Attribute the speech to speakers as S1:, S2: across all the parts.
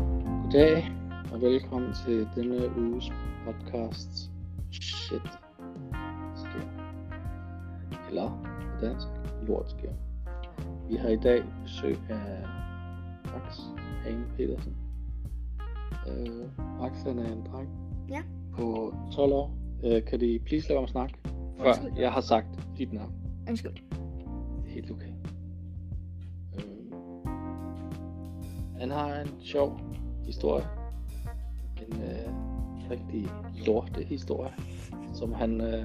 S1: Goddag og velkommen til denne uges podcast Shit sker. Eller på dansk, lort sker. Vi har i dag besøg af Max Hagen Petersen. Øh, Max han er en dreng
S2: Ja.
S1: på 12 år. Øh, kan de please lade mig snakke, før
S2: Undskyld.
S1: jeg har sagt dit navn?
S2: Undskyld.
S1: Det er helt okay. Øh, han har en sjov historie. En øh, rigtig lorte historie, som han øh,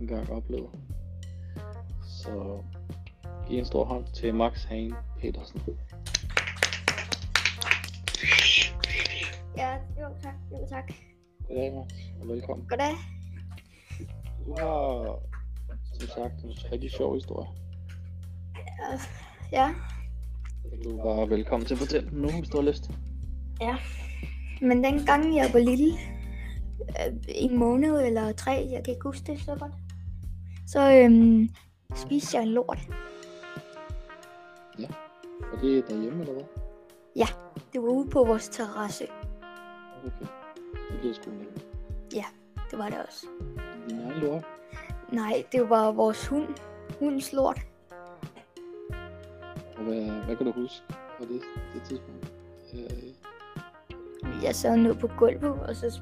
S1: engang oplevede. Så giv en stor hånd til Max Hagen Petersen.
S2: Ja, jo tak, jo tak.
S1: Goddag Max, og velkommen.
S2: Goddag.
S1: Du har som sagt en rigtig sjov historie.
S2: Ja, Ja,
S1: Du var velkommen til at fortælle den nu, hvis du har lyst.
S2: men den gang jeg var lille, øh, en måned eller tre, jeg kan ikke huske det så godt, så øhm, spiste jeg en lort.
S1: Er det derhjemme, eller hvad?
S2: Det var ude på vores terrasse.
S1: Okay. Det lyder sgu nemt.
S2: Det var det også.
S1: Din egen lort.
S2: Nej, det var vores hund. Hundens lort.
S1: Og hvad, hvad kan du huske på det, det tidspunkt? Øh,
S2: Jeg sad ned på gulvet, og så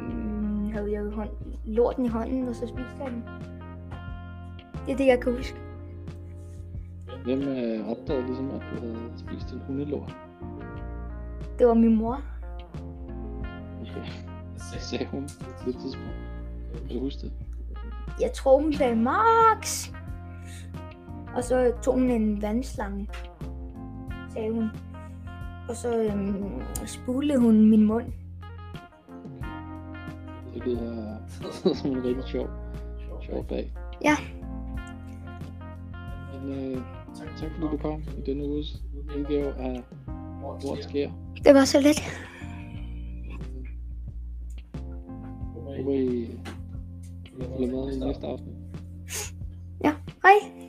S2: mm, havde jeg hånd, lorten i hånden, og så spiste jeg den. Det er det, jeg kan huske.
S1: hvem øh, opdagede ligesom, at du havde spist en hundelort?
S2: Det var min mor.
S1: Okay. Hvad sagde hun på det tidspunkt? Kan du huske det?
S2: Jeg tror, hun sagde Max. Og så tog hun en vandslange, sagde hun. Og så øhm, spulede hun min mund.
S1: Det lyder øh, som en rigtig sjov, sjov dag.
S2: Ja.
S1: Men øh, tak fordi du kom i denne uges udgave af Hvor sker.
S2: Det var så let.
S1: Håber I følger med i næste afsnit.
S2: Hej.